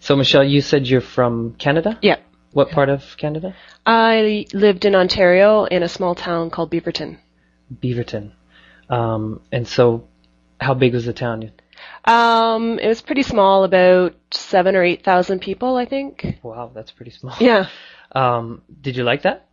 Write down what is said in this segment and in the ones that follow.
So, Michelle, you said you're from Canada? Yeah. What part of Canada? I lived in Ontario in a small town called Beaverton. Beaverton. Um, and so, how big was the town? Um, it was pretty small, about seven or eight thousand people, I think. Wow, that's pretty small. Yeah. Um, did you like that?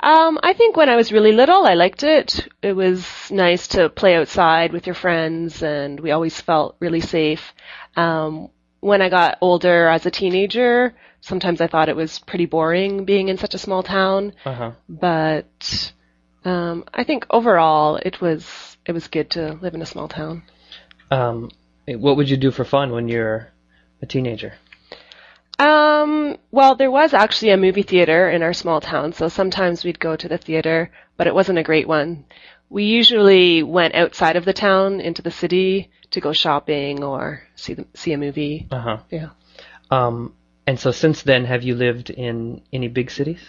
Um, I think when I was really little, I liked it. It was nice to play outside with your friends, and we always felt really safe. Um, when I got older as a teenager, sometimes I thought it was pretty boring being in such a small town, Uh huh. but um, I think overall it was it was good to live in a small town. Um, what would you do for fun when you're a teenager? Um, well, there was actually a movie theater in our small town, so sometimes we'd go to the theater, but it wasn't a great one. We usually went outside of the town into the city to go shopping or see the, see a movie. Uh huh. Yeah. Um, and so since then, have you lived in any big cities?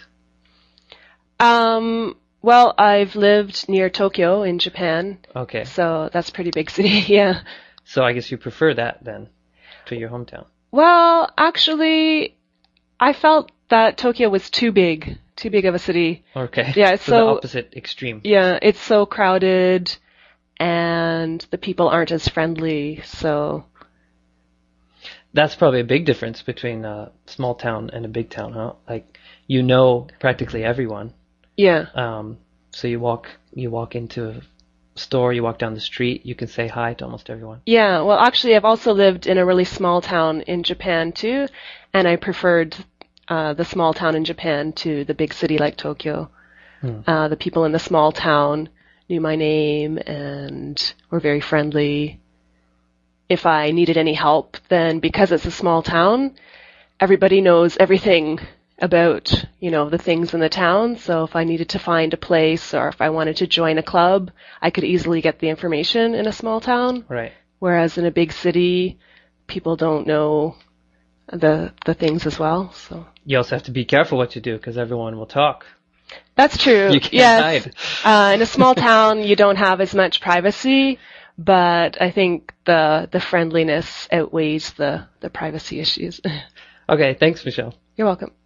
Um, well, I've lived near Tokyo in Japan, Okay. so that's a pretty big city. Yeah. So I guess you prefer that then to your hometown. Well, actually, I felt that Tokyo was too big, too big of a city. Okay. so Yeah, the so- opposite extreme. Yeah, it's so crowded and the people aren't as friendly. So, That's probably a big difference between a small town and a big town, huh? Like you know practically everyone. yeah. Um, so you walk you walk into a store, you walk down the street, you can say hi to almost everyone. Yeah, well, actually, I've also lived in a really small town in Japan too, and I preferred uh, the small town in Japan to the big city like Tokyo. Uh, the people in the small town knew my name and were very friendly. If I needed any help, then because it's a small town, everybody knows everything about, you know, the things in the town. So if I needed to find a place or if I wanted to join a club, I could easily get the information in a small town. Right. Whereas in a big city, people don't know the the things as well. So You also have to be careful what you do because everyone will talk. that's true. You can't yes. hide. Uh, in a small town, you don't have as much privacy, but I think the the friendliness outweighs the the privacy issues. Okay, thanks, Michelle. You're welcome.